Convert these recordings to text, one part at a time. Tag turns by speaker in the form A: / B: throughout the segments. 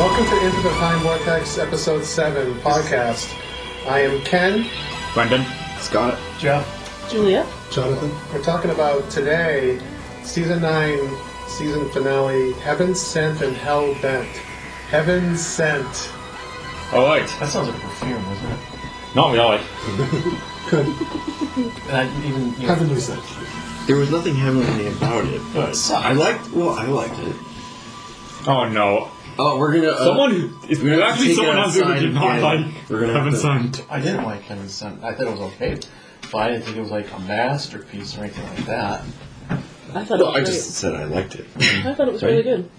A: the Time Vortex Episode 7 podcast. I am Ken.
B: Brendan.
C: Scott.
D: Jeff.
E: Julia.
D: Jonathan.
A: We're talking about today, Season 9, Season Finale, Heaven Sent and Hell Bent. Heaven Sent.
B: All right.
D: That sounds like perfume, doesn't it?
B: Not really.
D: And I even you know,
A: Heavenly Sent.
C: There was nothing heavenly about it,
D: No, it
C: but
D: sucked.
C: I liked. Well, I liked it.
B: Oh no.
C: Oh, we're gonna. Uh,
B: Someone who is
C: we're gonna have to
B: actually
C: take
B: someone
C: it
B: else who
C: outside
B: did not
C: and-
B: like
C: We're gonna have
B: Heaven
C: to-
B: Sent.
D: I didn't like Heaven's Son. I thought it was okay, but I didn't think it was like a masterpiece or anything like that.
E: I thought
C: No,
E: it
C: I
E: was
C: just said I liked it.
E: great. I thought it was
C: Sorry?
E: really good.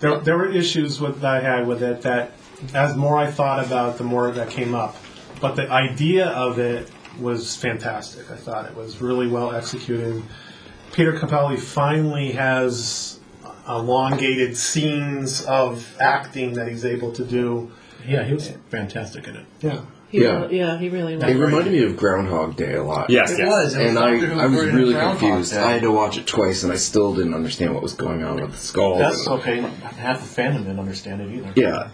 F: There, there were issues with, that I had with it that, as more I thought about, it, the more that came up. But the idea of it was fantastic. I thought it was really well executed. Peter Capelli finally has elongated scenes of acting that he's able to do.
D: Yeah, he was fantastic in it.
F: Yeah.
E: He
C: Yeah.
E: yeah. yeah, he really
C: It
E: was.
C: reminded me of Groundhog Day a lot.
B: Yes,
D: It
B: yes.
D: was. It
C: And
D: was
C: I,
D: Doctor Who
C: I was
D: version of
C: really
D: Groundhog
C: confused.
D: Day.
C: I had to watch it twice, and I still didn't understand what was going on with the skull.
D: That's okay. Half the fandom didn't understand it either.
C: yeah.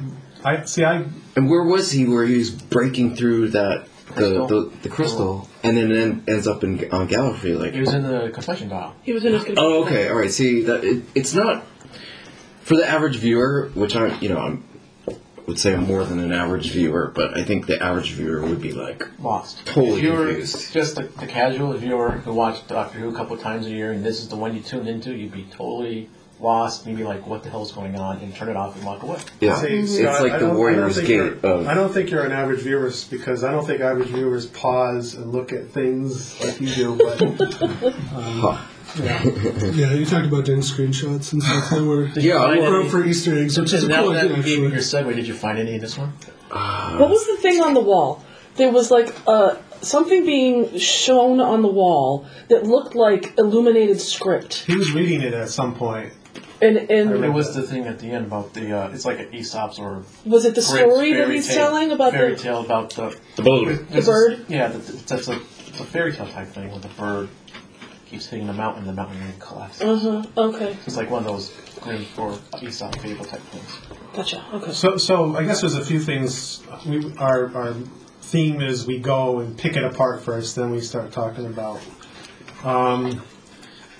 F: I see. I
C: And where was he? Where he was breaking through that the
D: Crystal.
C: the, the crystal, and then it en- ends up in on Gallifrey. Like,
D: He was in the confession dial.
E: He was in his computer.
C: Oh, okay. All right. See, that it, it's not for the average viewer, which I, am you know, I'm, I would say I'm more than an average viewer, but I think the average viewer would be like,
D: Lost.
C: Totally
D: if you were
C: confused.
D: Just the, the casual viewer who watched Doctor Who a couple times a year, and this is the one you tuned into, you'd be totally lost. and You'd be like, "What the hell's going on?" and turn it off and walk away.
C: yeah,
F: say,
C: it's
F: Scott, I
C: like the
F: don't- I don't
C: Warrior's
F: think
C: Gate
F: you're-
C: of.
F: I don't think you're an average viewer because I don't think average viewers pause and look at things like you do. But um,
C: Huh.
G: Yeah, you talked about doing screenshots and stuff. They were
C: Yeah, I
G: or
C: love,
G: for Easter eggs,
D: So
G: which is
D: Tim,
G: a
D: now
G: cool
D: that
G: idea
D: you gave me
G: actually.
D: your segue, did you find any in this one?
E: What was the thing on the wall? There was like uh, something being shown on the wall that looked like illuminated script,
F: he was reading it at some point.
E: and
D: It
E: and
D: was the thing at the end about the. Uh, it's like an Aesop's or
E: was it the
D: Grimm's
E: story that
D: fairy
E: he's
D: tale-
E: telling about
D: fairy
E: the?
D: tale about the
B: The balloon.
D: there's this-
E: bird?
D: yeah, the, the- that's like the fairy tale type thing where the bird keeps hitting the mountain, the mountain collapses.
E: Uh huh. Okay,
D: It's like one of those Grimm or Aesop fable type things.
E: gotcha. Okay.
F: So, so I guess there's a few things. We our our theme is we go and pick it apart first, then we start talking about um,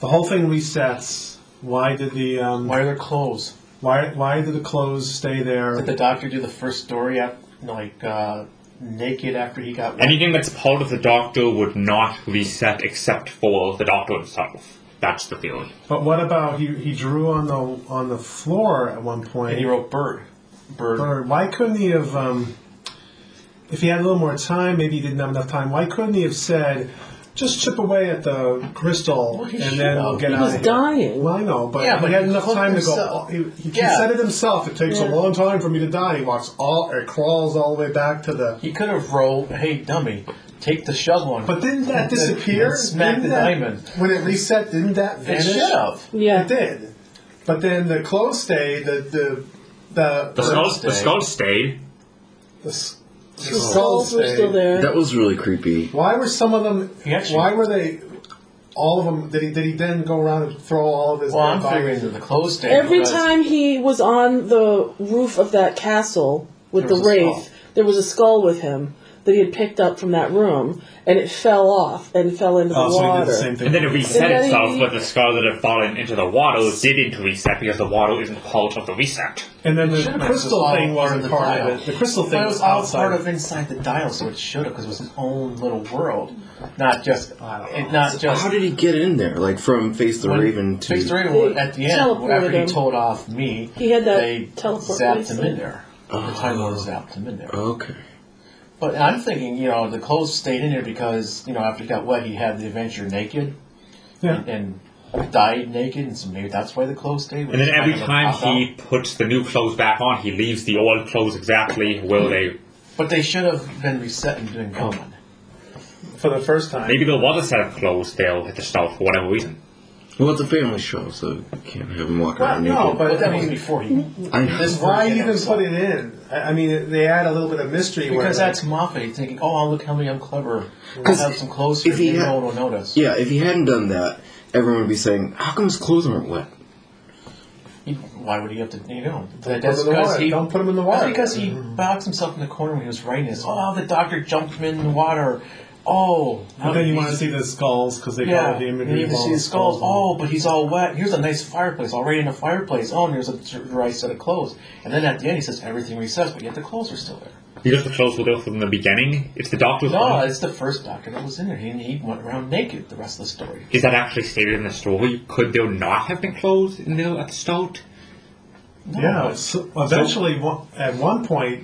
F: the whole thing resets. Why did the um,
D: Why are there clothes?
F: why why did the clothes stay there?
D: Did the doctor do the first story up like uh, naked after he got? wet?
B: Anything that's part of the Doctor would not reset except for the Doctor himself. That's the theory.
F: But what about he he drew on the on the floor at one point?
D: And he wrote bird. Bird.
F: Or why couldn't he have? Um, if he had a little more time, maybe he didn't have enough time. Why couldn't he have said? Just chip away at the crystal,
D: Well, he
F: and
D: should
F: then
D: have.
F: we'll get
D: He
F: out
E: was
F: of here.
E: dying.
F: Well, I know, but,
D: Yeah, but
F: he had
D: he
F: enough
D: cooked
F: time to go.
D: himself.
F: He, he,
D: Yeah.
F: he said it himself. It takes
E: Yeah.
F: a long time for me to die. He walks all, or crawls all the way back to the.
D: He could have wrote, "Hey dummy, take the shovel." And
F: But didn't that disappear?
D: And smack
F: Didn't
D: the
F: that-
D: diamond.
F: when it reset. Didn't that
D: It
F: vanish?
D: should have.
E: Yeah.
F: It did, but then the clothes stay. The the the
B: The skull, the
D: stayed.
B: skull stayed.
F: the s-
E: The skulls were
F: stay.
E: still there.
C: that was really creepy.
F: Why were some of them?
D: He actually-
F: why were they? All of them? Did he? Did he then go around and throw all of his?
D: Well, I'm
F: dead bodies?
D: figuring that the clothes stand.
E: Every
D: because
E: time he was on the roof of that castle
D: There
E: with the
D: was a
E: wraith,
D: skull.
E: there was a skull with him that he had picked up from that room, and it fell off and fell into the
F: Oh, so he
E: water.
F: did the same
B: And then
F: thing.
B: it reset
E: And then
B: itself,
E: he-
B: but the skull that had fallen into the water didn't reset because the water isn't part of the reset.
F: And then
D: it should have
F: the
D: been
F: crystal
D: all
F: thing
D: part
F: wasn't
D: the
F: part
D: dial.
F: of it. The crystal
D: But
F: thing
D: it
F: was
D: was all part
F: outside.
D: of inside the dial, so it should have, because it was his own little world, not just,
F: Oh, I don't know.
D: it, not just.
C: How did he get in there? Like from Face the
D: when
C: Raven to
D: Face the Raven was- at the end
E: Teleported
D: after he
E: him.
D: told off me.
E: He had that
D: they
E: teleport
D: zapped
E: place
D: him
E: thing.
D: in there. The Time Lord zapped him in there.
C: Oh, Okay.
D: But I'm thinking, you know, the clothes stayed in there because, you know, after he got wet, he had the adventure naked
F: Yeah.
D: and, and died naked, and so maybe that's why the clothes stayed.
B: And then every time he puts the new clothes back on, he leaves the old clothes exactly where they.
D: But they should have been reset and doing gone.
F: for the first time.
B: Maybe there was a set of clothes there at the start for whatever reason.
C: Well, it's a family show, so you can't have him walk
F: Well,
C: around
F: no,
C: naked.
F: but,
D: But that
F: I
D: was
F: mean,
D: before he.
C: I know.
D: This
F: why
D: version
F: even
D: was-
F: put it in? I, I mean, they add a little bit of mystery where
D: Because that's Moffat thinking, oh, I'll look how many I'm clever. I'll
C: 'Cause
D: have some clothes for
C: if he
D: you,
C: had-
D: no one will notice.
C: yeah, if he hadn't done that, everyone would be saying, "How come his clothes aren't wet?"
D: He, why would he have to? You know,
A: Don't put
D: that- that's
A: him in the
D: because
A: water.
D: he.
A: Don't put him in the water.
D: That's because he boxed himself in the corner when he was writing this. Oh, the doctor jumped him in the water. Oh,
F: But then you want to see the skulls because they
D: yeah,
F: call it the
D: and
F: imagery
D: you
F: of
D: can
F: all
D: see
F: the
D: the skulls.
F: skulls.
D: Oh, but he's all wet. Here's a nice fireplace. All right in the fireplace. Oh, and here's a dry set of clothes. And then at the end, he says everything resets, but yet the clothes are still there.
B: Because the clothes were there from the beginning, it's the doctor's
D: No,
B: own-
D: it's the first doctor that was in there. He, he went around naked the rest of the story.
B: Is that actually stated in the story? Could there not have been clothes in there at the start?
D: No,
F: Yeah.
D: it's-
F: So eventually, one, at one point,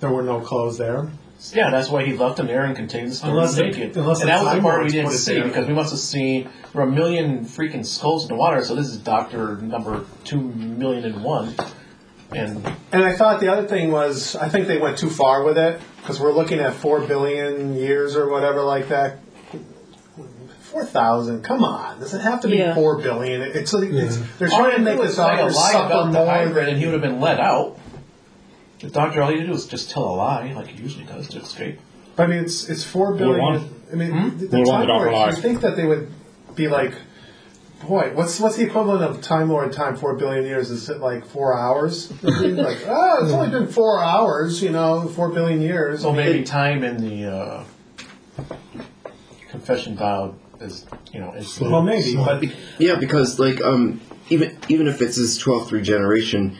F: there were no clothes there.
D: yeah, that's why he left him there and continued the story
F: Unless the-
D: naked.
F: unless
D: and
F: the
D: that was the
F: Time
D: part we
F: Lords
D: didn't
F: put it
D: see
F: there.
D: because we must have seen there were a million freaking skulls in the water. So this is Doctor number two million and one. And
A: And I thought the other thing was, I think they went too far with it because we're looking at four billion years or whatever like that. Four thousand? Come on, does it have to be
E: Yeah.
A: four billion? It's, it's
G: Yeah.
A: they're trying to make
D: do
A: this
D: is make a
A: doctor
D: lie
A: suffer
D: about the
A: more
D: hybrid,
A: than
D: and he would have been let out. The doctor, all he had to do was just tell a lie, like he usually does, to escape.
A: But I mean, it's it's four billion.
B: want-
A: I mean,
F: Hmm?
A: the,
B: We
A: the
B: want
A: Time
B: the Dark
A: Lords.
B: Alive.
A: You think that they would be like, boy, what's what's the equivalent of Time Lord time? Four billion years is it like four hours? like, oh, it's only been four hours. You know, four billion years.
D: So maybe time in the uh, confession dial is, you know, is
F: Well, maybe, but
C: Yeah, because like um, even even if it's his twelfth regeneration,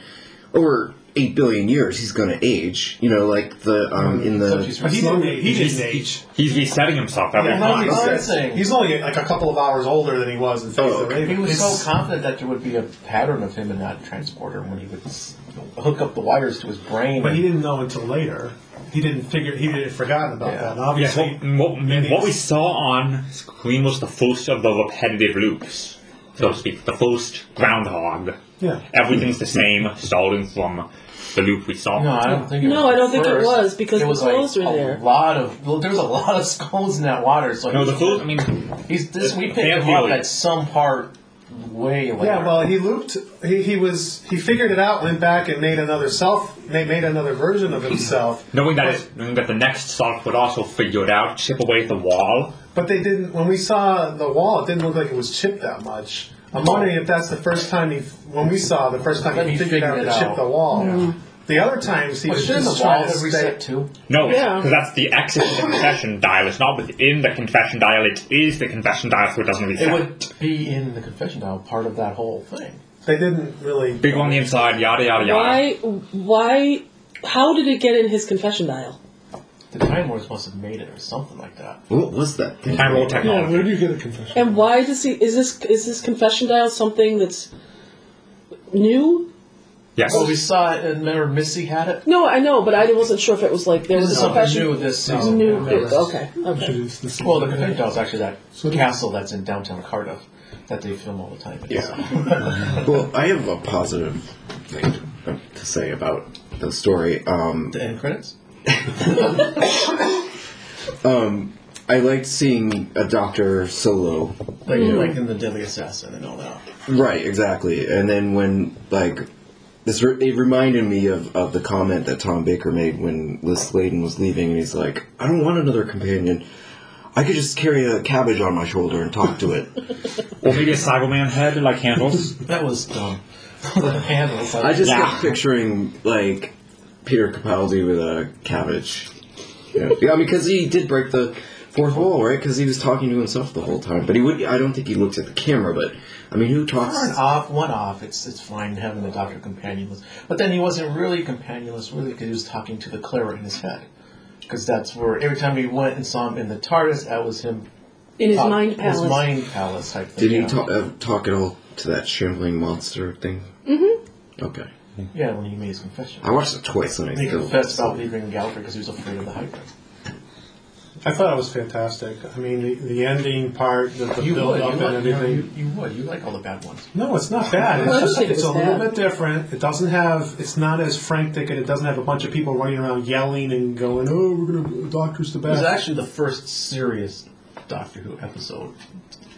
C: over eight billion years, he's gonna age. You know, like the um in
D: So
C: the
D: she's
F: but he
D: slowly-
F: didn't. He didn't age.
B: He's resetting himself every
D: Yeah,
B: time.
D: no,
A: He's-
D: Dancing.
A: He's only like a couple of hours older than he was in Face
C: Oh,
A: of
C: okay.
A: Raven.
D: He was so confident that there would be a pattern of him in that transporter when he would s- hook up the wires to his brain.
F: But he didn't know until later. He didn't figure. He didn't forgotten about
D: Yeah.
F: that. And
B: Yes,
F: obviously,
B: what, what, what we saw on screen was the first of the repetitive loops, so to speak. The first groundhog.
F: Yeah.
B: Everything's the same, starting from the loop we saw.
D: no, I don't think. It
E: No,
D: was
E: I don't think it
D: first.
E: was, because
D: It
E: the
D: was
E: clothes
D: like
E: were
D: a
E: there.
D: lot of well, there was a lot of skulls in that water. So
B: No,
D: he's-
B: the first. I mean,
D: he's this. We
B: It's
D: picked him up
B: ambiguous.
D: at some part way later.
A: Yeah, well, he looped. He, he was he figured it out, went back and made another self, made, made another version of himself.
B: Knowing that, it, knowing that the next Sark would also figure it out, chip away at the wall.
A: But they didn't. When we saw the wall, it didn't look like it was chipped that much. I'm wondering if that's the first time he, when we saw the first time
D: Then
A: he,
D: he
A: figured out
D: figured
A: to
D: it
A: chip
D: out.
A: the wall. The other times he
D: But
A: was
D: shouldn't
A: just
D: the wall
A: trying to
D: have reset
A: stay.
D: too?
B: No,
E: Yeah.
B: because that's the exit of the confession dial. It's not within the confession dial. It is the confession dial, so it doesn't reset.
D: It would be in the confession dial, part of that whole thing.
A: They didn't really.
B: Big on the inside, yada yada yada.
E: Why? Why? How did it get in his confession dial?
D: The Time Lords must have made it or something like that.
C: what was that? thing?
B: Time roll
G: Yeah,
B: technology.
G: where do you get a confession?
E: And why does he? Is this is this confession dial something that's new?
B: Yes.
D: Well, we saw it, and remember Missy had it?
E: No, I know, but I wasn't sure if it was like there
D: This
E: was
D: is
E: a
D: something
E: confession.
D: new this season.
E: New-
D: Yeah.
E: okay, okay.
G: Introduce this-
D: Well, the confession dial is actually that
G: So-
D: castle that's in downtown Cardiff that they film all the time.
C: Yeah. well, I have a positive thing to say about the story. Um,
D: The end credits?
C: I liked seeing a doctor solo
D: Like,
E: Mm.
D: like in The Deadly Assassin and all that.
C: Right, exactly. And then when like this, re- it reminded me of, of the comment that Tom Baker made when Liz Sladen was leaving, and he's like, "I don't want another companion. I could just carry a cabbage on my shoulder and talk to it."
B: Or maybe a Cyberman head like handles.
D: That was dumb. the hand was like,
C: I just
B: Yeah.
C: kept picturing like Peter Capaldi with a cabbage. Yeah, yeah because he did break the fourth wall, right? Because he was talking to himself the whole time, but he would. I don't think he looked at the camera, but I mean, who talks?
D: One off, one off. It's it's fine having the doctor companionless, but then he wasn't really companionless, really, because he was talking to the cleric in his head. Because that's where every time we went and saw him in the TARDIS, that was him.
E: in his
D: talk-
E: mind palace.
D: Uh, His mind palace type thing.
C: Did he
D: yeah.
C: talk, uh, talk at all to that shambling monster thing? Mm-hmm. Okay.
D: Yeah, when he made his confession.
C: I watched it twice and I
D: He
C: still...
D: confessed about leaving Gallifrey because he was afraid of the Hydra.
F: I thought it was fantastic. I mean, the, the ending part, the, the
D: You
F: build
D: would, you
F: up and
D: would, you,
F: everything.
D: you, you would, you like all the bad ones.
F: No, it's not bad.
E: Well, I
F: It's,
E: don't
F: just,
E: think it
F: it's a
E: was
F: little
E: bad.
F: bit different. It doesn't have. It's not as frantic, and it doesn't have a bunch of people running around yelling and going, "Oh, we're gonna doctor's the
D: It was
F: best."
D: actually the first serious Doctor Who episode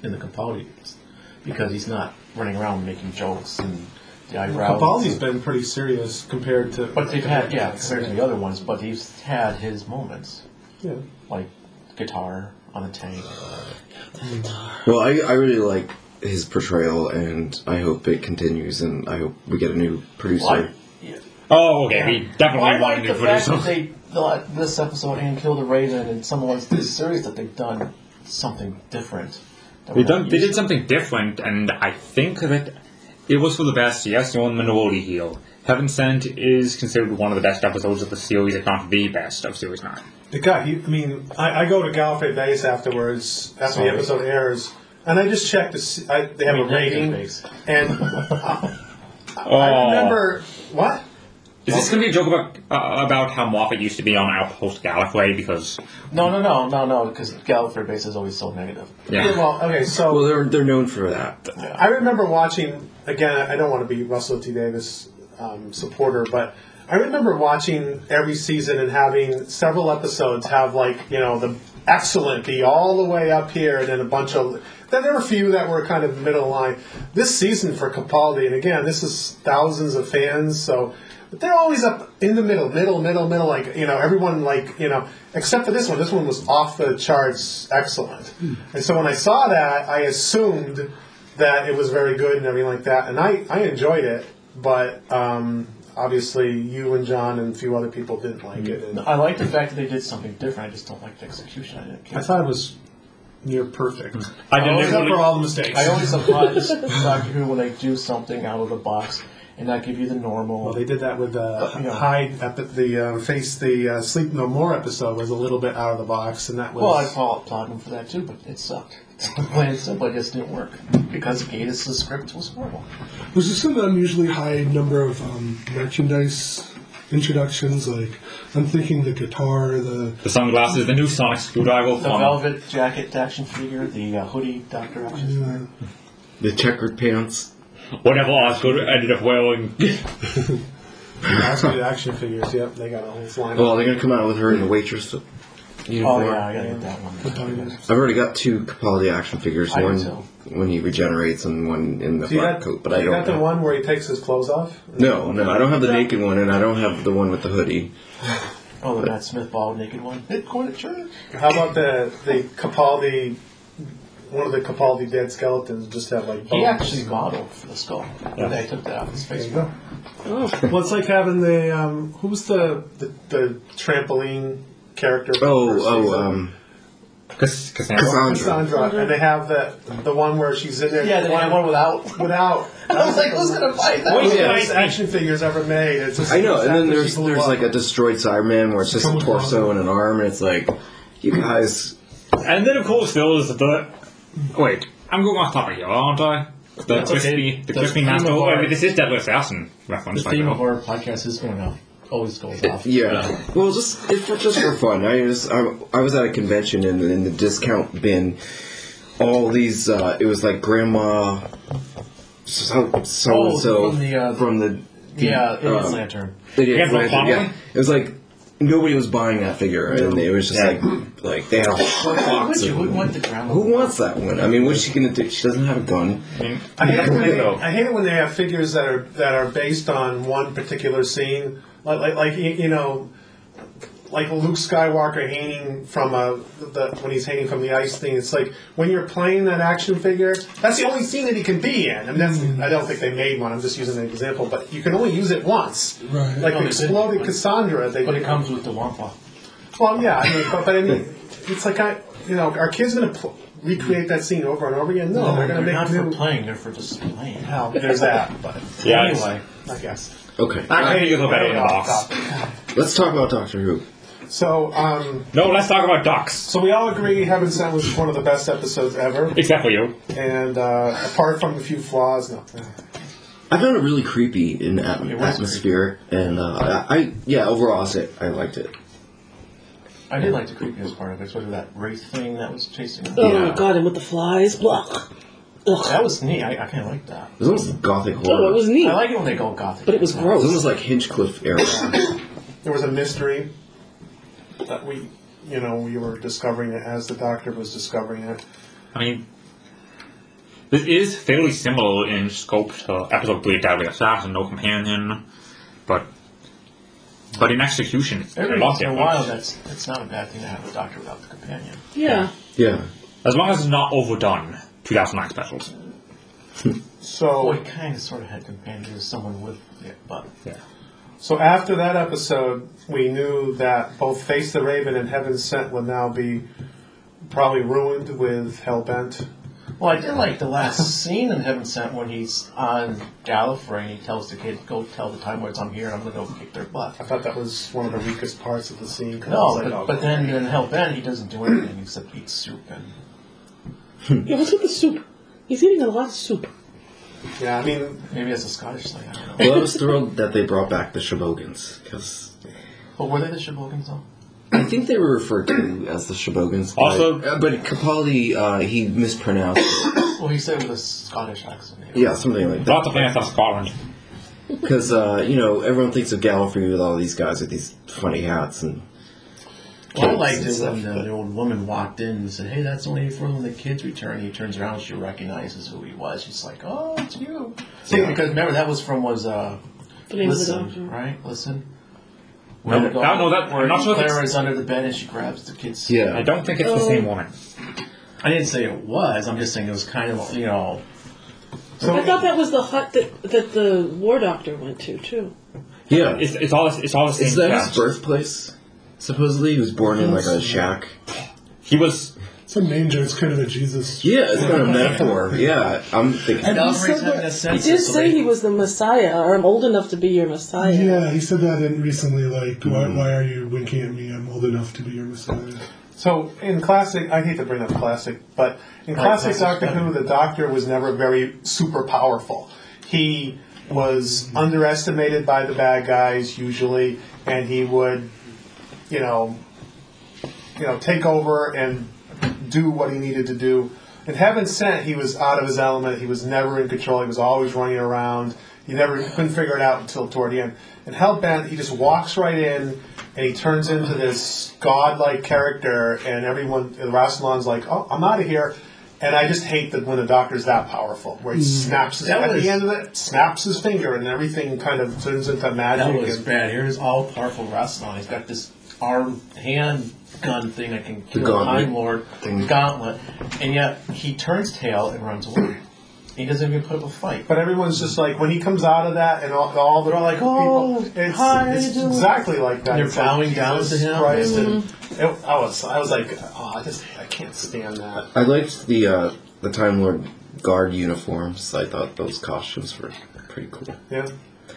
D: in the Capaldi years, because he's not running around making jokes and the eyebrows.
F: Capaldi's been pretty serious compared to.
D: But they've had, yeah, compared to the other ones, but he's had his moments,
F: Yeah.
D: like guitar on the tank.
C: Well, I, I really like his portrayal, and I hope it continues, and I hope we get a new producer.
D: Well, I, yeah.
B: Oh, okay. We definitely
D: Well, I
B: wanted
D: like
B: to
D: the
B: put
D: fact that
B: it
D: they thought this episode and Kill the Raven and some of this series that they've done something different. that
B: they,
D: we're not
B: done, they
D: used
B: did something different, and I think that it was for the best. Yes, you're on the minority heel. Heaven Sent is considered one of the best episodes of the series, if not the best of Series 9.
A: The guy, you, I mean, I, I go to Gallifrey Base afterwards after
D: Sorry.
A: the episode airs, and I just check to see I, they have
D: Wait,
A: a
D: not
A: rating,
D: Gallifrey Base.
A: and
B: Oh,
A: I remember what
B: is this going to be a joke about uh, about how Moffat used to be on Outpost Gallifrey? Because
D: No, no, no, no, no, because Gallifrey Base is always so negative.
B: yeah,
A: Well, okay, so
C: Well, they're they're known for that.
A: I remember watching again. I don't want to be Russell T Davis
F: uh,
A: um, supporter, but I remember watching every season and having several episodes have like you know the excellent be all the way up here, and then a bunch of. Then there were a few that were kind of middle line. This season for Capaldi, and again, this is thousands of fans, so. But they're always up in the middle, middle, middle, middle. Like you know, everyone like you know, except for this one. This one was off the charts, excellent.
C: Hmm.
A: And so when I saw that, I assumed that it was very good and everything like that. And I, I enjoyed it, but um, obviously you and John and a few other people didn't like it. And
D: I like the fact that they did something different. I just don't like the execution. I didn't.
A: I
D: care.
A: thought it was near perfect.
D: Mm-hmm.
B: I didn't
A: Except for
B: really-
A: all the mistakes.
D: I always applaud this Doctor Who when they do something out of the box and not give you the normal.
A: Well, they did that with uh,
D: But, you know.
A: Hyde at the, the uh, face the uh, Sleep No More episode was a little bit out of the box, and that was
D: Well, I applaud applaud them for that too, but it sucked. Plain and simple, it just didn't work because Gatus' script was horrible.
G: Was this an unusually high number of um, merchandise introductions? Like, I'm thinking the guitar, the
B: the sunglasses, the new Sonic screwdriver,
D: The
B: from-
D: velvet jacket action figure, the uh, hoodie Doctor action figure.
C: The checkered pants.
B: whatever Osgood ended up wearing.
A: actually action figures. Yep, they got a whole line.
C: Well, they're gonna come out with her in the waitress
D: Oh
C: uniform.
D: yeah, I gotta get that one.
C: I've already got two Capaldi action figures.
D: I do
C: one
D: too.
C: when he regenerates, and one in the
A: do you
C: black
A: got,
C: coat. But
A: do
C: I
A: you
C: don't.
A: got the
C: have-
A: one where he takes his clothes off?
C: No, no, I don't have the naked one, and I don't have the one with the hoodie.
D: Oh, the Matt Smith bald naked one. Hit corner church.
A: How about the the Capaldi? One of the Capaldi dead skeletons just have like
D: He
A: bones.
D: actually modeled for the skull. And I took that off his face.
A: There Well, it's like having the um, who was the the, the trampoline character? from
C: Oh,
A: first
C: oh,
D: uh,
A: season?
C: um,
B: Cass- Cassandra.
C: Cassandra.
A: Cassandra, and they have the the one where she's in there.
D: Yeah, the one one without.
A: without.
D: I was like, who's gonna buy
E: Oh,
D: that?
A: One of the
D: Yeah.
A: best action figures ever made. It's just
C: I know, and then
A: after
C: there's
A: she blew
C: there's
A: up.
C: like a destroyed Cyberman where it's just a torso and an arm, and it's like, you guys,
B: And then, of course, there was the. Wait, I'm going off topic here, aren't I? The
D: That's
B: crispy,
D: okay.
B: the
D: The
B: crispy
D: theme
B: master.
D: of
B: Oh,
D: our-
B: wait, this is Deadly Assassin reference.
D: The
B: by the
D: theme
B: way.
D: of our podcast is going to always goes off.
C: yeah. Well, just it, for- just for fun. I just I, I was at a convention and in the discount bin, all these uh, it was like grandma, so so and
D: Oh,
C: so
D: from the, uh,
C: from the the,
D: Yeah, Idiot's
C: um,
D: Lantern.
C: They did
B: Yeah,
C: Flash-
B: Black Lightning.
C: yeah. It was like nobody was buying that figure, and it was just like like they had a whole
D: Why would
C: box.
D: you?
C: of
D: Who
C: them.
D: want the grandma?
C: Who wants that one? I mean, what's she gonna do? She doesn't have a gun.
B: I mean,
A: I hate, when they,
B: though.
A: I hate it when they have figures that are that are based on one particular scene, like like, like you, you know, like Luke Skywalker hanging from a the, when he's hanging from the ice thing. It's like when you're playing that action figure, that's the only scene that he can be in. And that's
D: Mm-hmm.
A: I don't think they made one. I'm just using an example, but you can only use it once.
G: Right.
A: Like
D: No, they
A: exploded
D: didn't.
A: Cassandra. They
D: But
A: did-
D: it comes with the Wampa.
A: Oh, well, yeah, I mean, but, but I mean, it's like I, you know, are kids going to pl- recreate that scene over and over again? No, they're going to
D: They're not
A: make
D: for
A: new.
D: playing, they're for displaying.
A: Well, there's that, but
B: yeah, it's-
D: Anyway,
A: I guess.
C: Okay,
B: I think it'll better in the
A: Off
B: box.
A: topic.
C: let's talk about Doctor Who.
A: So, um,
B: No, let's talk about ducks.
A: so we all agree Heaven Sent was one of the best episodes ever,
B: Except for you.
A: and uh, apart from a few flaws, no.
C: I found it really creepy in the atm-
D: It was
C: atmosphere, and uh, I, I yeah, overall, I said I liked it.
D: I did like the creepiest part of it, especially that wraith thing that was chasing them.
E: Oh
C: Yeah.
E: god, and with the flies, blah. Ugh.
D: That was neat. I, I kind of like that.
C: It was almost gothic horror.
E: Oh, it was neat,
D: I like it when they go gothic.
E: but it was
C: It was
E: gross.
C: almost like Hinchcliffe era.
A: There was a mystery that we, you know, we were discovering it as the Doctor was discovering it.
B: I mean, this is fairly similar in scope to episode 3 of Deadly Assassin, No Companion, but but in execution, it's a
D: Every
B: lot
D: once in a while,
B: different.
D: that's that's not a bad thing to have a doctor without the companion.
E: Yeah.
C: yeah,
B: As long as it's not overdone, 2009 specials.
A: So
D: Well, we kind of sort of had companion with someone with it, but
B: Yeah.
A: So after that episode, we knew that both Face the Raven and Heaven Sent would now be probably ruined with Hellbent.
D: well, I did like the last scene in Heaven Sent when he's on Gallifrey and he tells the kids, "Go tell the Time Lords I'm here. and I'm gonna go kick their butt."
A: I thought that was one of the weakest parts of the scene. 'cause I
D: No,
A: was like,
D: but,
A: oh,
D: but then in Hellbent he doesn't do anything except eat soup and
E: Yeah, what's with the soup? He's eating a lot of soup.
A: yeah, I mean,
D: maybe that's a Scottish thing. I don't know.
C: Well, I was thrilled that they brought back the Shibogans because
D: But were they the Shibbolethans though?
C: I think they were referred to as the Shibogans. by-
B: Also-
C: uh, but Capaldi uh, he mispronounced. it.
D: Well, he said with a Scottish accent.
C: yeah, something like that.
B: Lots of fans out of Scotland.
C: Because uh, you know everyone thinks of Gallifrey with all these guys with these funny hats and.
D: Well, I
C: capes
D: liked
C: and
D: it
C: stuff,
D: when the,
C: but-
D: the old woman walked in and said, "Hey, that's only for when the kids return." He turns around, she recognizes who he was. She's like, "Oh, it's you." See,
C: Yeah.
D: because remember that was from was uh,
E: The name
D: listen,
E: of the doctor.
D: right? Listen.
B: No,
D: Where the
B: that- no, that-
D: where
B: I'm not sure if
D: Clara
B: it's-
D: is under the bed and she grabs the kids.
C: Yeah.
B: I don't think it's the same woman.
D: I didn't say it was. I'm just saying it was kind of you know.
E: I thought that was the hut that, that the war doctor went to, too.
C: Yeah,
B: It's, it's all it's all the same.
C: is that his
B: cast.
C: birthplace? Supposedly, he was born in like a shack.
B: He was
G: It's a manger. It's kind of a Jesus.
C: Yeah, it's not a metaphor. Yeah, I'm thinking.
G: And he
D: Valkyrie's
G: said
D: having
G: that-
D: a
E: He
D: census,
E: did
D: so
E: say
D: they-
E: he was the Messiah, or I'm old enough to be your Messiah.
G: Oh, Yeah, he said that in recently. Like, why, why are you winking at me? I'm old enough to be your messiah.
A: so in classic, I hate to bring up classic, but in classic Doctor Who, the Doctor was never very super powerful. He was underestimated by the bad guys usually, and he would, you know, you know, take over and do what he needed to do. And heaven sent, he was out of his element. He was never in control. He was always running around. He never couldn't figure it out until toward the end. And hellbent, he just walks right in and he turns into this godlike character. And everyone, and Rassilon's like, "Oh, I'm out of here." And I just hate that when the doctor's that powerful, where he snaps his,
D: Mm. That
A: at
D: was-
A: the end of it, snaps his finger, and everything kind of turns into magic.
D: That was
A: and-
D: bad. Here's all powerful Rassilon. He's got this arm hand gun thing that can kill the
C: gauntlet
D: Time Lord,
C: thing.
D: gauntlet, and yet he turns tail and runs away. He doesn't even put up a fight.
A: But everyone's just like when he comes out of that, and all, all the
D: They're all like, "Oh,
A: people, it's,
D: hi, how you
A: it's
D: doing?"
A: exactly like that.
D: And they're
A: It's like,
D: bowing down
A: Jesus
D: to him.
A: Christ, Mm-hmm. and it- I was, I was like, oh, I just, I can't stand that.
C: I liked the uh, the Time Lord guard uniforms. I thought those costumes were pretty cool.
A: Yeah,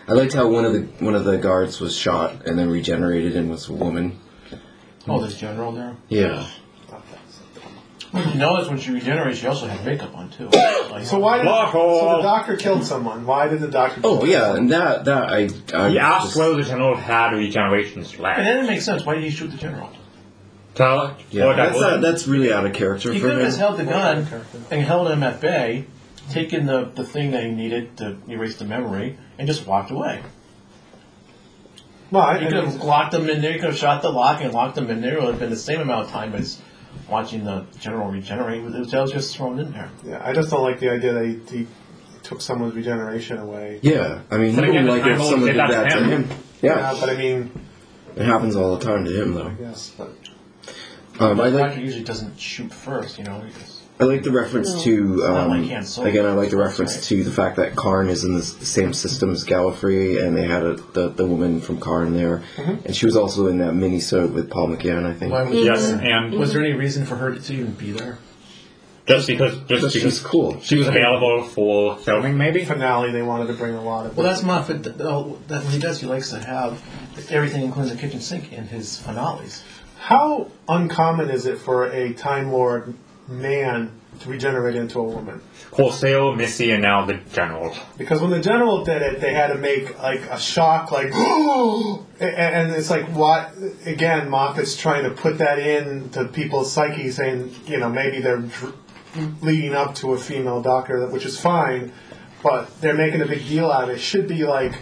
C: I liked how one of the one of the guards was shot and then regenerated and was a woman.
D: Oh, there's General there.
C: Yeah.
D: Well, you notice when she regenerates, she also had makeup on too. Like,
A: So why did
B: Plot
A: so
B: hole.
A: the doctor killed someone? Why did the doctor?
C: Oh
A: kill
C: yeah, and that that I. I
B: he asked
C: just-
B: whether the general had regenerations
D: And
B: left.
D: then it makes sense. Why did he shoot the general?
B: Tyler,
C: Yeah,
B: or that
C: that's not,
B: woman.
C: that's really out of character
D: He
C: for
D: could have
C: him.
D: just held the gun and held him at bay, taken the, the thing that he needed to erase the memory, and just walked away.
A: Well, I,
D: You could have locked them in there. You could have shot the lock and locked them in there. It would have been the same amount of time as watching the general regenerate. It was, that was just thrown in there.
A: yeah, I just don't like the idea that he, he took someone's regeneration away.
C: yeah, I mean, he
B: But
C: would
B: again,
C: like
B: I
C: if
B: won't
C: someone
B: say
C: did
B: that's
C: that to
B: him.
C: him. Yeah,
A: Yeah, but I mean,
C: it happens all the time to him though.
A: yes, but
C: Um, I
D: The
C: like
D: doctor usually doesn't shoot first, you know. because-
C: I like the reference to
D: not
C: um,
D: like Han Solo.
C: again. I like the reference
D: Right.
C: to the fact that Karn is in the s- same system as Gallifrey, and they had a, the the woman from Karn there, and she was also in that mini with Paul McGann, I think.
D: Why would
B: yes,
D: you-
B: and
D: Was there any reason for her to even be there?
B: just because just
C: She
B: because
C: was cool.
B: she was available for filming, maybe.
A: finale they wanted to bring a lot of.
D: Well, that's Moffat. th- Oh, that's what he does. He likes to have everything, including the kitchen sink, in his finales.
A: How uncommon is it for a Time Lord man to regenerate into a woman?
B: Corsair, Missy, and now the general.
A: Because when the general did it, they had to make like a shock, like, and, and it's like, what? Again, Moffat's trying to put that in to people's psyche, saying, you know, maybe they're dr- leading up to a female doctor, which is fine, but they're making a big deal out of it. It Should be like,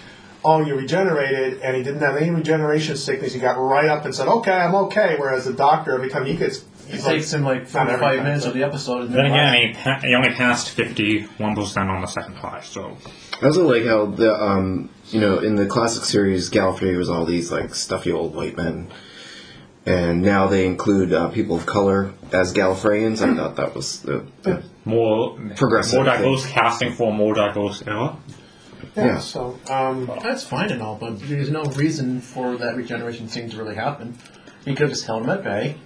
A: oh, you regenerated, and he didn't have any regeneration sickness. He got right up and said, okay, I'm okay. Whereas the doctor, every time he gets,
D: It
A: he's
D: takes him like four
A: not
D: or
A: every
D: five
A: time,
D: minutes
A: but-
D: of the episode, and then,
B: Then again, he, pa- he only passed fifty-one percent on the second try, so
C: I also like how the um you know in the classic series Gallifrey was all these like stuffy old white men, and now they include uh, people of color as Gallifreyans. I thought that was the, the
B: More
C: Progressive
B: more diverse casting for a more diverse era.
A: Yeah.
C: Yeah.
A: So, um,
D: That's fine and all, but there's no reason for that regeneration thing to really happen. You could have just held him at bay,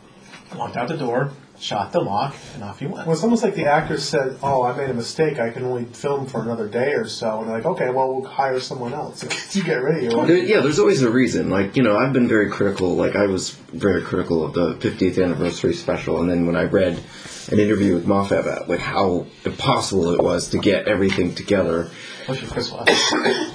D: walked out the door, shot the lock, and off he went.
A: well, it's almost like the actor said, "Oh, I made a mistake. I can only film for another day or so." And they're like, "Okay, well, we'll hire someone else to get rid of you."
C: There- yeah, there's always a reason. Like, you know, I've been very critical. Like, I was very critical of the 50th anniversary special, and then when I read an interview with Moffat about like how impossible it was to get everything together,
D: Which is Chris Watts.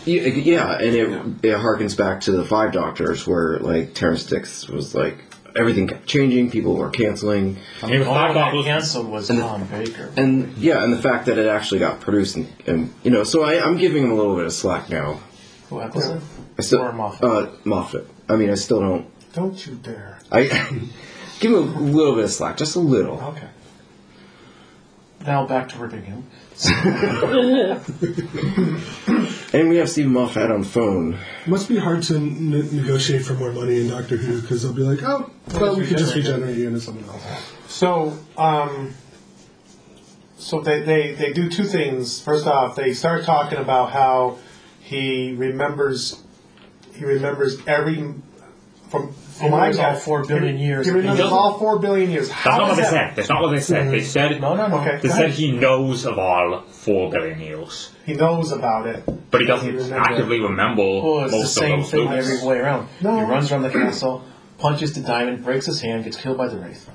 C: yeah, yeah, and it it harkens back to the Five Doctors, where like Terrence Dix was like everything kept changing, people were canceling,
B: I mean, with
D: The
B: Five
D: only one that
B: Doctors-
D: canceled was Tom Baker.
C: and yeah, and the fact that it actually got produced, and, and you know, so I, I'm giving him a little bit of slack now.
D: Who, Eccleston?
C: I still
D: Or Moffat.
C: Uh, Moffat. I mean, I still don't
A: Don't you dare.
C: I give him a little bit of slack, just a little.
A: Okay.
D: Now back to ripping him.
C: And we have Stephen Moffat on the phone.
G: Must be hard to ne- negotiate for more money in Doctor Who because they'll be like, oh, well, we could just regenerate you into someone else.
A: So, um, so they, they, they do two things. First off, they start talking about how he remembers he remembers every from from my
D: remembers all
A: guess-
D: four billion years.
A: He remembers all four billion years.
B: That's
A: How
B: not what
A: is
B: they
A: that?
B: said. That's not what they said. They said
D: No, no, no.
A: Okay.
B: they said he knows of all four billion years,
A: He knows about it.
B: but
A: He
B: he doesn't
A: remembers.
B: actively remember
D: Oh, it's the
B: most of
D: same
B: those
D: thing
B: loops.
D: every way around.
A: No.
D: He runs around the castle, punches the diamond, breaks his hand, gets killed by the wraith.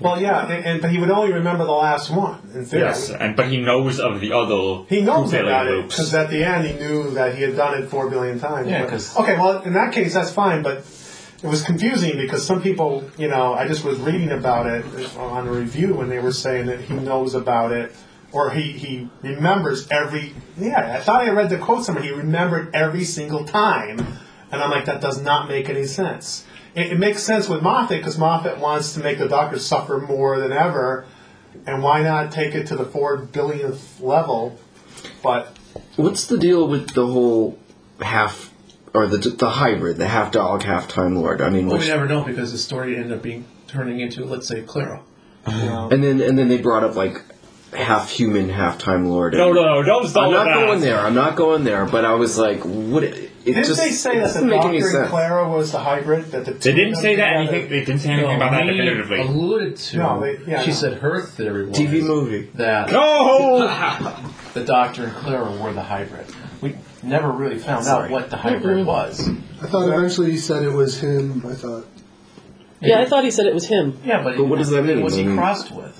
A: Well, yeah, and, and but he would only remember the last one. In theory.
B: Yes, and but he knows of the other.
A: He knows
B: two billion
A: about it
B: loops.
A: because at the end he knew that he had done it four billion times.
D: Yeah,
A: But-
D: 'cause-
A: okay, well, in that case, that's fine. But it was confusing because some people, you know, I just was reading about it on a review when they were saying that he knows about it or he he remembers every. Yeah, I thought I read the quote somewhere. He remembered every single time, and I'm like, that does not make any sense. It, it makes sense with Moffat because Moffat wants to make the Doctor suffer more than ever. And why not take it to the four billionth level? But
C: What's the deal with the whole half or the the hybrid, the half dog, half time lord? I mean,
D: Well, we
B: Oh,
C: which,
D: never know because the story ended up being turning into, let's say, Clara.
C: and then and then they brought up like half human, half time lord.
B: No,
C: and-
B: no, no! Don't stop
C: I'm not
B: that.
C: going there. I'm not going there. But I was like, what? It, it
A: didn't
C: just
A: they say that
C: it
A: the
C: doesn't make
A: Doctor
C: any
A: and
C: sense.
A: Clara was the hybrid? That the
B: They didn't say that anything.
A: anything.
B: They didn't say anything about that
D: Lee
B: definitively.
D: alluded to.
A: No, they- yeah,
D: she
A: no.
D: said her theory was
C: TV movie.
D: that
B: No,
D: the Doctor and Clara were the hybrid. We never really found out what the hybrid was.
G: I thought eventually he said it was him. I thought
E: Yeah, I thought he said it was him.
D: Yeah, but,
C: But what does that mean?
D: Was he
C: I mean-
D: crossed with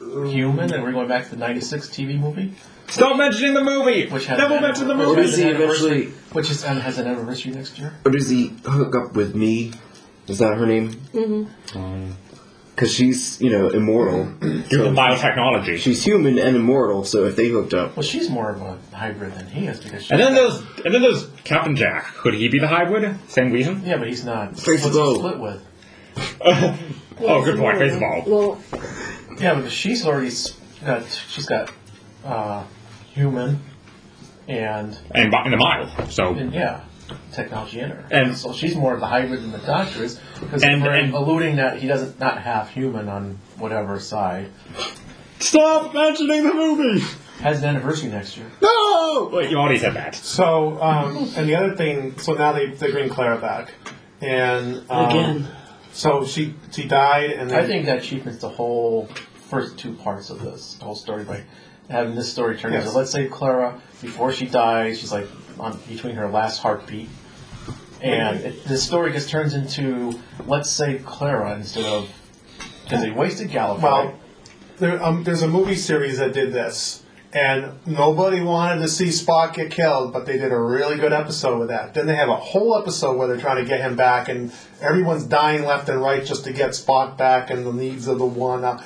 D: human? And we're going back to the '96 TV movie,
B: stop mentioning the movie.
D: which had
B: Never
D: an
B: mention the movie.
D: anniversary-
C: What is he
D: anniversary-
C: eventually-
D: Which is, and has an anniversary next year.
C: Or does he hook up with me? Is that her name? Mm-hmm. Because she's you know immortal.
B: The biotechnology.
C: she's human and immortal. So if they hooked up,
D: Well, she's more of a hybrid than he is because. She
B: And then there's and then there's Captain Jack. Could he be the hybrid? Same reason?
D: Yeah, but he's not.
C: Face
D: what's
C: the
D: he
C: globe.
D: split with?
B: oh, good point. Face the ball.
E: Well,
D: Yeah, because she's already s- got. She's got uh, human, and,
B: And bi- and the mile. So
D: and yeah, technology in her.
B: And-
D: so she's more of the hybrid than the doctor is because
B: And-
D: we're
B: and-
D: alluding that he doesn't not half human on whatever side.
B: stop mentioning the movie.
D: Has an anniversary next year.
C: Oh!
B: No. Wait, you already said that.
A: So um, and the other thing. So now they they bring Clara back, and um,
E: again.
A: So she she died, and then,
D: I think that cheapens the whole first two parts of this whole story by having this story turn
A: Yes.
D: into let's say Clara before she dies, she's like on between her last heartbeat, and it, this story just turns into let's say Clara instead of because they wasted Gallifrey.
A: Well, there, um, there's a movie series that did this, and nobody wanted to see Spock get killed, but they did a really good episode with that. Then they have a whole episode where they're trying to get him back, and everyone's dying left and right just to get Spock back and the needs of the one. Uh,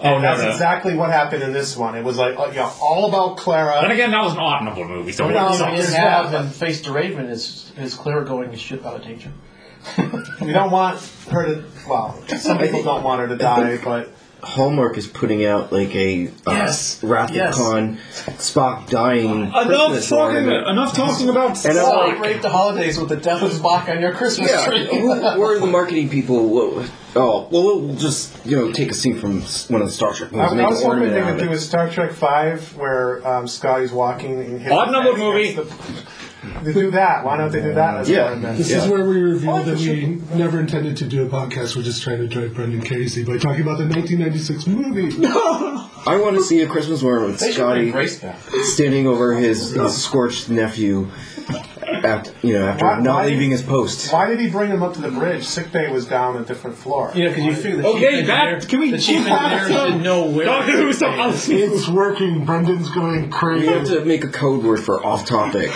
B: Oh, no,
A: that's
B: no.
A: exactly what happened in this one. It was like, oh, yeah, all about
B: Then
A: Clara.
B: again, that was an honorable movie, so
D: All
B: it
D: we
B: sucks.
D: didn't
A: it's
D: have
A: not-
D: and face the Raven is is Clara going to ship out of danger.
A: We don't want her to. Well, some people don't want her to die, but
C: Hallmark is putting out like a uh,
D: Yes.
C: Wrath
D: Yes.
C: of Khan Spock dying. Christmas ornament.
B: enough talking about.
C: And uh, I'm like,
D: Celebrate the holidays with the death of Spock on your Christmas
C: yeah,
D: tree.
C: who, where are the marketing people? What, oh, well, we'll just you know take a scene from s- one of the Star Trek
A: I,
C: movies. and
A: I
C: make
A: was
C: an
A: hoping
C: ornament
A: they
C: out
A: could
C: of it.
A: do a Star Trek Five where um, Scotty's walking and hits
B: Odd
A: his
B: numbered
A: head against the- they do that. Why don't they do that? As
C: Yeah.
A: yeah.
G: This
C: Yeah.
G: is where we revealed
A: Oh,
G: that we never intended to do a podcast. We're just trying to drive Brendan crazy by talking about the 1996 movie.
C: I want to see a Christmas ornament
D: They
C: with
D: should
C: Scotty
D: embrace that.
C: standing over his, his scorched nephew, after, you know, after
A: Why-
C: not
A: why-
C: leaving his post.
A: Why did he bring him up to the bridge? Sick bay was down a different floor.
D: Yeah, because you figure the
B: Okay,
D: chief
B: that-
D: engineer-
B: can we-
D: the chief engineer should know where.
B: do something else.
G: it's working. Brendan's going
C: We have
G: crazy.
C: to make a code word for off topic.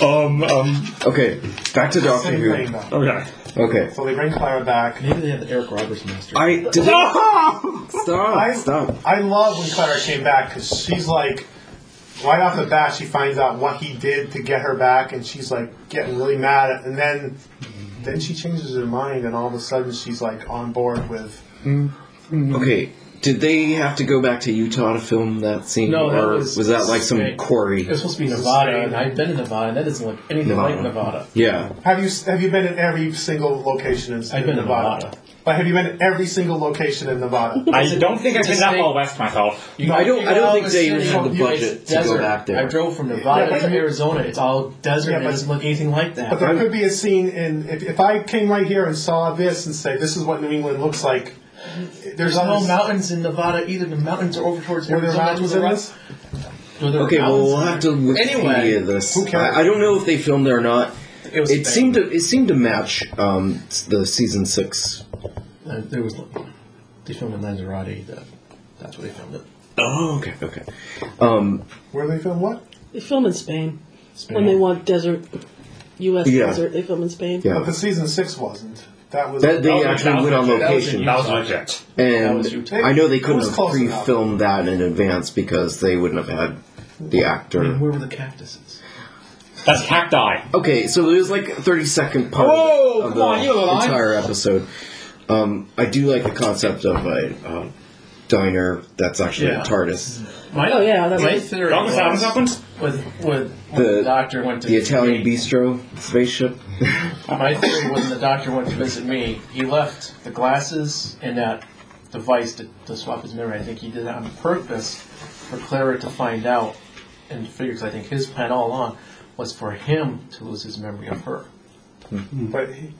B: Um, um,
C: Okay, back to Doctor
A: Same thing,
C: Who.
A: though.
B: okay.
C: Okay.
A: So they bring Clara back.
D: Maybe they have the Eric Roberts master.
C: I did
A: I,
C: stop stop.
A: I love when Clara came back because she's like, right off the bat, she finds out what he did to get her back, and she's like getting really mad. At, and then, then she changes her mind, and all of a sudden, she's like on board with.
C: Okay, did they have to go back to Utah to film that scene,
D: No, that
C: or
D: was-
C: that like some
D: Spain.
C: quarry?
D: It's supposed to be Nevada, and I've been to Nevada, and that doesn't look anything like Nevada.
C: Yeah,
A: Have you have you been in every single location in,
D: I've been to
A: Nevada?
D: Nevada.
A: But have you been in every single location in Nevada?
B: I don't think I
D: It's a
B: can that
D: state-
B: well west myself.
D: You
C: I don't- I don't
D: out
C: think
D: of
C: they
D: city,
C: had the
D: you guys
C: budget to go
D: desert.
C: back there.
D: I drove from Nevada
A: Yeah, but-
D: to Arizona. It's all desert.
A: Yeah,
D: and
A: but-
D: it doesn't look anything like that.
A: But there could be a scene in if, if I came right here and saw this and say this is what New England looks like. There's
D: There's no
A: others-
D: mountains in Nevada either. The mountains are over towards
A: Were there
D: Arizona.
A: mountains in this?
C: Okay, well, we'll have to Wikipedia
D: Anyway,
C: this.
A: who cares?
C: I, I don't know if they filmed it or not.
D: It was Spain.
C: seemed to it seemed to match um, s- the season six.
D: Uh, there was they filmed in Lanzarote. That, that's where they filmed it.
C: Oh, okay, okay. Um,
A: Where they film what?
E: They film in Spain. When they want desert, U.S.
C: Yeah.
E: desert, they film in Spain.
C: yeah,
A: But the season six wasn't. That was
C: that, they
B: That was- that
C: actually
B: was
C: went on
B: legit.
D: was
C: location,
D: in
B: That was legit.
D: That was your
C: and
D: take.
C: I know they
A: It
C: couldn't
A: was
C: have
A: close enough.
C: pre-filmed that in advance because they wouldn't have had the actor.
D: And where were the cactuses?
B: That's cacti.
C: Okay, so there's like a 30 second part
B: Whoa,
C: of
B: come
C: the
B: on, you little
C: entire episode. Um, I do like the concept of a uh, diner that's actually
D: Yeah.
C: a TARDIS.
D: My,
E: Oh, yeah, that
D: my
E: was-
D: theory
B: Thomas Adams happens?
D: with with when
C: The-
D: the, doctor went to
C: The Italian
D: me,
C: bistro spaceship.
D: My theory when the doctor went to visit me, he left the glasses and that device to, to swap his memory. I think he did it on purpose for Clara to find out and figure. Because I think his plan all along was for him to lose his memory of her.
A: But he,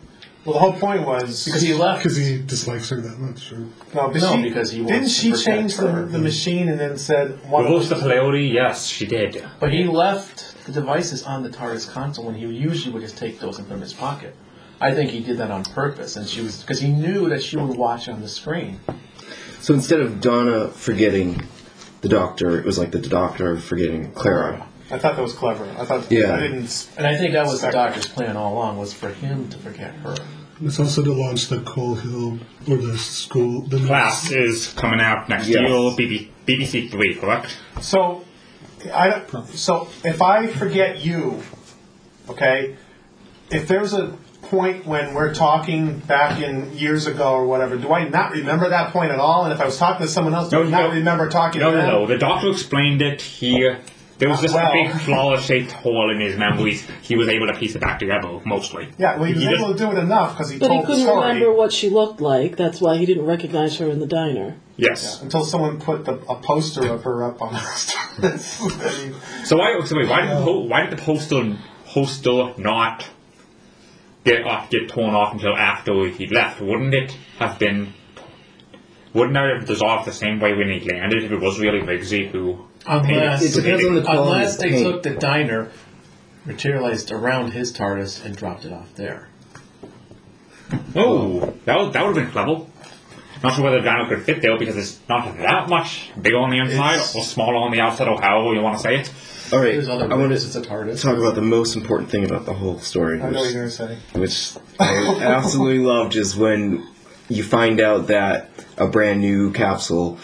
A: well, the whole point was
D: Because he left.
G: Because he dislikes her that much. Or
A: no, but
D: No,
A: she,
D: because he
A: didn't
D: wants
A: she
D: to protect
A: change the,
D: her.
A: the machine and then said one
B: Reverse the Pleiode? Yes, she did.
D: But he left the devices on the TARDIS console when he usually would just take those and put them in his pocket. I think he did that on purpose, and she was because he knew that she would watch on the screen.
C: So instead of Donna forgetting the doctor, it was like the doctor forgetting Clara.
A: I thought that was clever. I thought
C: Yeah.
A: I didn't.
D: And I think that was the doctor's plan all along was for him to forget her.
G: it's also to launch the Coal Hill or the school. The
B: Class is coming out next
C: Yes.
B: year, BB, BBC Three, correct?
A: So I don't- so if I forget you, okay, if there's a point when we're talking back in years ago or whatever, do I not remember that point at all? And if I was talking to someone else, do
B: No,
A: I not
B: no.
A: remember talking
B: No,
A: to
B: no,
A: them?
B: no. The doctor explained it. He there was just
A: Well-
B: a big flower-shaped hole in his memories. He was able to piece it back together mostly.
A: Yeah, well, he was
B: just-
A: able to do it enough because he
E: But he
A: told the
E: couldn't
A: story.
E: remember what she looked like. That's why he didn't recognize her in the diner.
B: Yes.
A: until someone put the, a poster of her up on the stairs. I mean,
B: So why? So wait, why did the ho- why did the postal postal not get off, get torn off until after he left? Wouldn't it have been? Wouldn't that have dissolved the same way when he landed if it was really Riggsy who?
D: Unless
C: It depends on the quality
D: unless
C: of
D: they
C: paint.
D: took the diner, materialized around his TARDIS and dropped it off there.
B: Oh, that would, that would have been clever. Not sure whether the dino could fit there because it's not that much bigger on the inside
D: It's-
B: or smaller on the outside or however you want to say it.
C: All right,
D: There's other
C: I want
D: rooms. It's
C: to
D: a TARDIS.
C: talk about the most important thing about the whole story,
A: I know what
C: which
A: you're gonna say.
C: which I absolutely loved is when you find out that a brand new capsule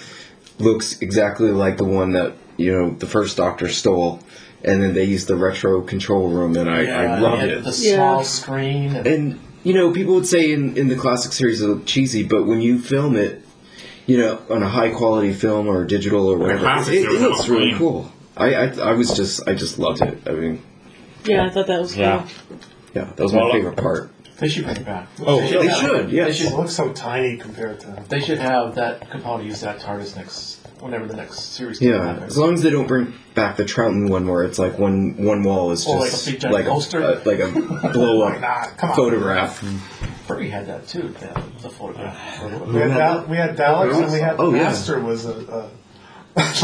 C: looks exactly like the one that you know the first Doctor stole, and then they used the retro control room, and I, I loved
D: and
C: it.
D: The
E: Yeah.
D: small screen. And,
C: And you know, people would say in in the classic series it looked cheesy, but when you film it. you know, on a high quality film or digital or whatever. It,
B: classics
C: it
B: are
C: looks really
B: awesome.
C: cool. I, I I was just I just loved it. I mean,
E: Yeah, I thought that was cool.
B: Yeah.
C: yeah, that was
B: Well,
C: my favorite part.
D: They should bring it back.
C: Oh, they should.
D: They
C: Yeah,
D: should,
A: It looks so tiny compared to.
D: they should have that Capaldi use that TARDIS next, whenever the next series comes out.
C: yeah. As long as they don't bring back the Troughton one, where it's like one one wall is
D: Oh, like
C: just
D: a big giant poster?
C: a, uh, like a blow
A: Nah,
C: up
A: come on.
C: photograph.
D: Furry had that too, that, the photograph.
A: We had, Dal- we had Daleks and we had
C: Oh,
A: the
C: yeah.
A: Master was a, a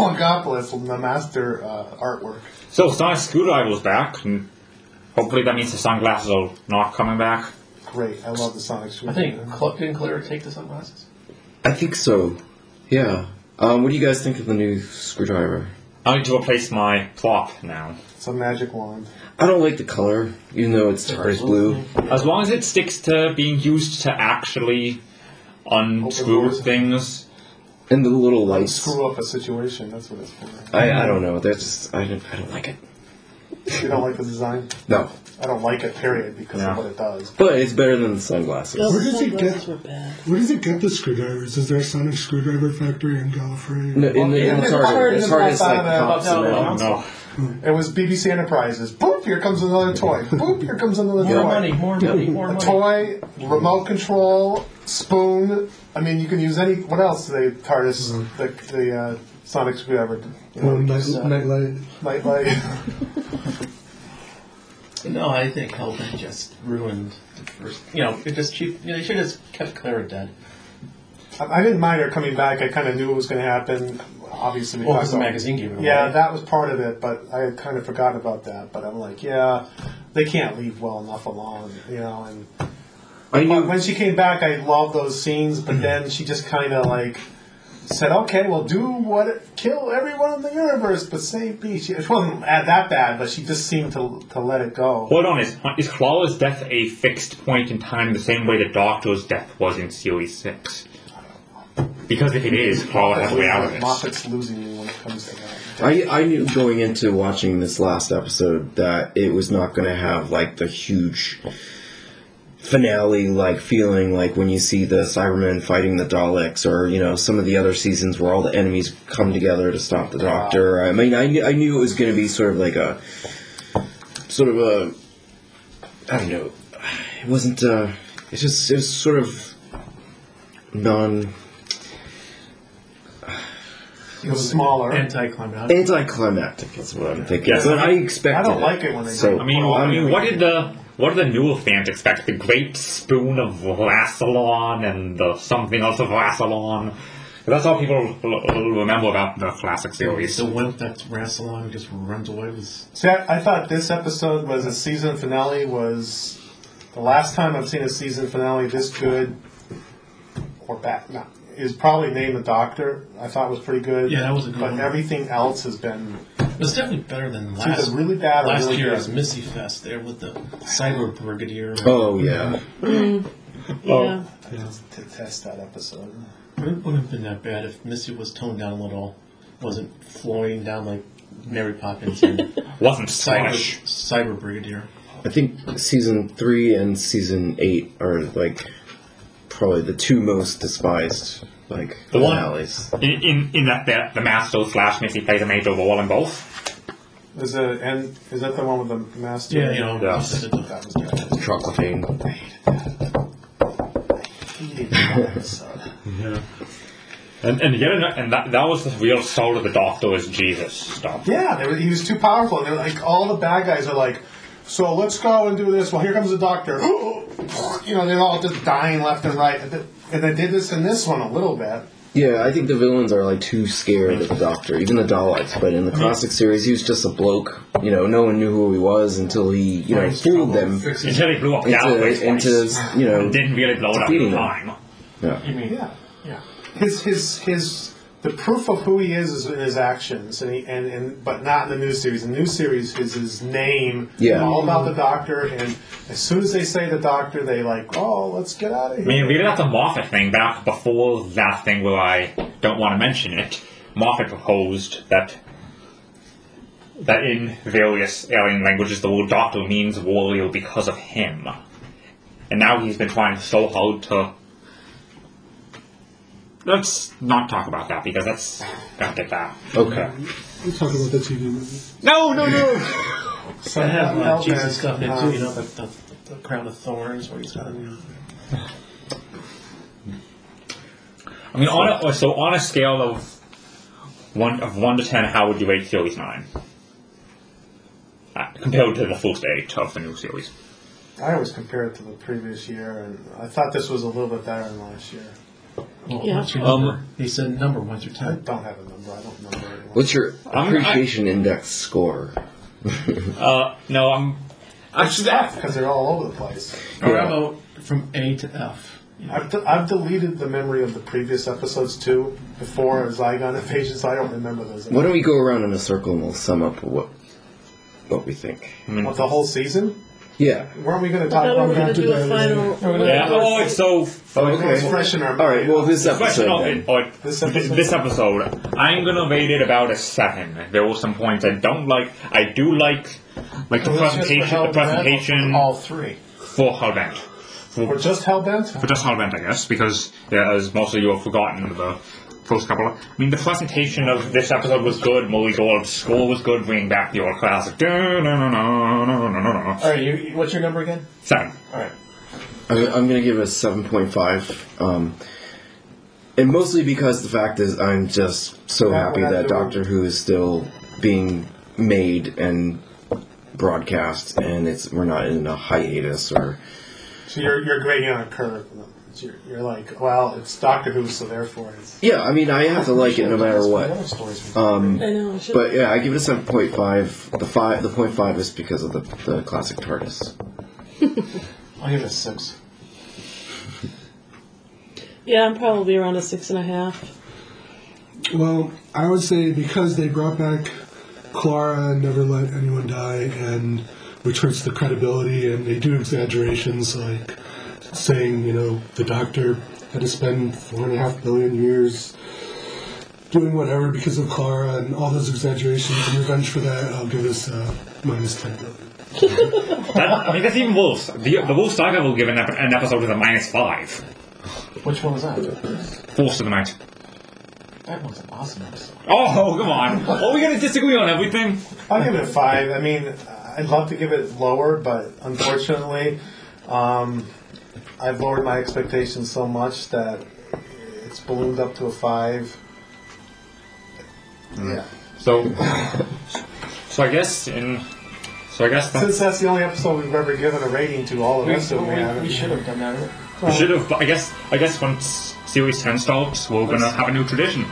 A: Longopolis and the Master uh, artwork.
B: So Sonic Screwdriver's back, and hopefully that means the sunglasses are not coming back.
A: Great, I love the Sonic
D: I
A: Screwdriver.
D: think Cl- didn't Claire take the sunglasses?
C: I think so. Yeah. Um, what do you guys think of the new screwdriver?
B: I need to replace my plop now.
A: it's a magic wand.
C: I don't like the color, even though it's TARDIS blue.
B: As long as it sticks to being used to actually unscrew
A: doors.
B: things,
C: And the little lights.
A: Screw up a situation. That's what it's for.
C: I, I don't know. That's just, I don't, I don't like it.
A: You don't like the design?
C: No.
A: I don't like it. Period, because
B: Yeah.
A: of what it does.
C: But it's better than the sunglasses.
E: Those
G: Where does it
E: sunglasses
G: get-
E: were bad.
G: Where does it get the screwdrivers? Is there a Sonic Screwdriver Factory in Gallifrey?
C: No, in the, in the
A: It's
C: TARDIS,
A: hard
C: it's
A: to
C: hard as,
A: pop
C: like
A: out of-
C: pops
A: pop out of
C: around.
A: I'm
B: no.
A: It was BBC Enterprises. Boop! Here comes another toy. Boop! Here comes another
D: More
A: toy.
D: money, more money, more
A: A
D: money.
A: toy, remote control, spoon. I mean, you can use any. What else? The TARDIS, the, the uh, Sonic screwdriver, you know,
G: Um, night,
F: Mm-hmm.
D: So-
G: nightlight.
A: nightlight.
D: No, I think Hellman just ruined the first. You know, it just cheap. You know, they should have just kept Clara dead.
A: I I didn't mind her coming back. I kind of knew it was going to happen. Obviously, we
D: Well,
A: talked
D: because the
A: about-
D: magazine gave it away.
A: Yeah, that was part of it, but I had kind of forgotten about that. But I'm like, yeah, they can't leave well enough alone, you know. And
C: I
A: But
C: knew,
A: when she came back, I loved those scenes, but then she just kind of like said, "Okay, well, do what, it, kill everyone in the universe, but save B." She, it wasn't at that bad, but she just seemed to to let it go.
B: Hold on, is, is Clara's death a fixed point in time the same way the Doctor's death was in Series 6? Because if it is, Clara has a way out of this.
A: Moffat's losing me when it comes to that.
C: I, I knew going into watching this last episode that it was not going to have like the huge finale like feeling like when you see the Cybermen fighting the Daleks or you know some of the other seasons where all the enemies come together to stop the Doctor. I mean, I knew, I knew it was going to be sort of like a sort of a I don't know. It wasn't. Uh, it just it was sort of non
A: It was smaller.
D: Anticlimactic.
C: anticlimactic is what I'm thinking.
B: Yes.
C: But I expected.
A: I don't
C: it.
A: like it when they
C: So-
A: do.
B: I mean,
A: Well,
B: I mean,
A: mean,
B: what did the what did the newer fans expect? The Great Spoon of Rassilon and the something else of Rassilon. That's all people l- l- remember about the classic series.
D: The wimp that's Rassilon just runs away with.
A: See, I, I thought this episode was a season finale. Was the last time I've seen a season finale this good or bad? No, is probably Name the Doctor. I thought was pretty good.
D: Yeah, that was a good
A: But
D: one.
A: everything else has been
D: It was definitely better than
A: it's
D: last.
A: either really bad or
D: last
A: really
D: year's
A: good.
D: Missy Fest there with the Cyber Brigadier.
C: Oh yeah,
E: Yeah.
A: I just detest that episode.
D: It wouldn't have been that bad if Missy was toned down a little, wasn't flowing down like Mary Poppins and
B: Wasn't
D: Cyber
B: Scottish.
D: Cyber Brigadier.
C: I think season three and season eight are like probably the two most despised like
B: The one-
C: finales.
B: In, in, in that the, the master slash Missy plays a major role in both.
A: Is it and is that the one with the master?
D: You know,
B: Yeah.
D: just the-
A: that was bad.
C: Troglodyne.
B: And and yet, ano- and that, that was the real soul of the Doctor is Jesus stuff.
A: Yeah, they were, he was too powerful. And they're like, all the bad guys are like, so let's go and do this. Well, here comes the doctor. you know, they're all just dying left and right. And they did this in this one a little bit.
C: Yeah, I think the villains are like too scared of the Doctor, even the Daleks. But in the classic series, he was just a bloke. You know, no one knew who he was until he you know fooled them
B: Until he blew up Galloway's
C: into into
B: place.
C: you know.
B: And didn't really blow it up in
C: defeating him.
B: time.
C: Yeah.
A: Yeah, yeah. His his his the proof of who he is is in his actions, and he, and, and but not in the new series. In the new series is his name.
C: Yeah.
A: all about the doctor. And as soon as they say the doctor, they like, oh, let's get out of here.
B: I mean, really, that's a Moffat thing back before that thing where I don't want to mention it. Moffat proposed that that in various alien languages, the word doctor means warrior because of him. And now he's been trying so hard to let's not talk about that because that's got to get that.
C: Okay.
G: We'll talk about the TV movie.
B: No, no, no.
D: I have uh,
A: Hellbent,
D: Jesus stuff in it too,
A: um,
D: you know, the, the, the crown of thorns where he's got a
B: I mean, on a, oh, so on a scale of one of one to ten, how would you rate series nine uh, compared to the first eight of the new series?
A: I always compare it to the previous year, and I thought this was a little bit better than last year.
D: Well,
E: Yeah.
D: what's your
C: Um,
D: number? he said number one through
A: I
D: ten.
A: don't have a number. I don't remember anymore.
C: What's your
B: I-
C: appreciation index score?
B: Uh, no, I'm actually
A: because they're all over the place.
D: Or how about Oh, from A to F? You know,
A: I've, de- I've deleted the memory of the previous episodes too, before as Zygon invasion, so I don't remember those.
C: Why don't we go around in a circle and we'll sum up what what we think?
A: Of the whole season?
C: Yeah.
A: Weren't we going to
E: I
A: talk
E: thought
A: about
E: we were going
A: that
E: to do a
A: today?
E: final.
B: yeah. Oh, it's so.
A: It's fresh in our
C: All right. Well, this
B: Question of
C: episode. Then.
B: it, or
A: This
B: this
A: episode?
B: episode. I'm gonna rate it about a seven. There were some points I don't like. I do like, like the
D: Well, that's just for
B: presentation, the
D: Hellbent,
B: presentation
D: All three.
B: for Hellbent, for,
A: We're just hellbent?
B: for just Hellbent, I guess, because yeah, as most of you have forgotten the first couple. Of, I mean, the presentation of this episode was good. Molly Gold's score was good, bringing back the old classic.
D: All right, you, you- what's your number again?
B: Seven.
D: All right.
C: I'm, I'm going to give it a 7.5. Um, and mostly because the fact is, I'm just so
A: Yeah,
C: happy
A: we're not
C: that
A: doing-
C: Doctor Who is still being made and broadcast, and it's we're not in a hiatus or.
A: So you're, you're grading on a curve. So You're, you're like, well, it's Doctor Who, so therefore it's.
C: Yeah, I mean, I have to like it no matter
D: The
C: what.
D: other stories.
C: Um,
E: I know. I should,
C: but yeah, I give it a 7.5. The five, the point five is because of the, the classic TARDIS.
D: I'll give it a six.
E: yeah, I'm probably around a six and a half.
G: Well, I would say because they brought back Clara and never let anyone die, and which hurts the credibility, and they do exaggerations like saying, you know, the doctor had to spend four and a half billion years doing whatever because of Clara and all those exaggerations. In revenge for that, I'll give this uh, minus 10 billion.
B: That, I mean, that's even worse. The, the worst I've ever given ep- an episode is a minus five.
D: Which one was that?
B: Force of the night.
D: That was an awesome episode.
B: Oh, come on. Are we going to disagree on everything?
A: I'll give it a five. I mean, I'd love to give it lower, but unfortunately, um, I've lowered my expectations so much that it's ballooned up to a five. Yeah.
B: So, so I guess in, so I guess that
A: Since that's the only episode we've ever given a rating to, all the
D: We,
A: rest of them we
D: we,
A: haven't.
D: we should have done that.
B: we should have. I guess I guess once series ten starts, we're going to have a new tradition.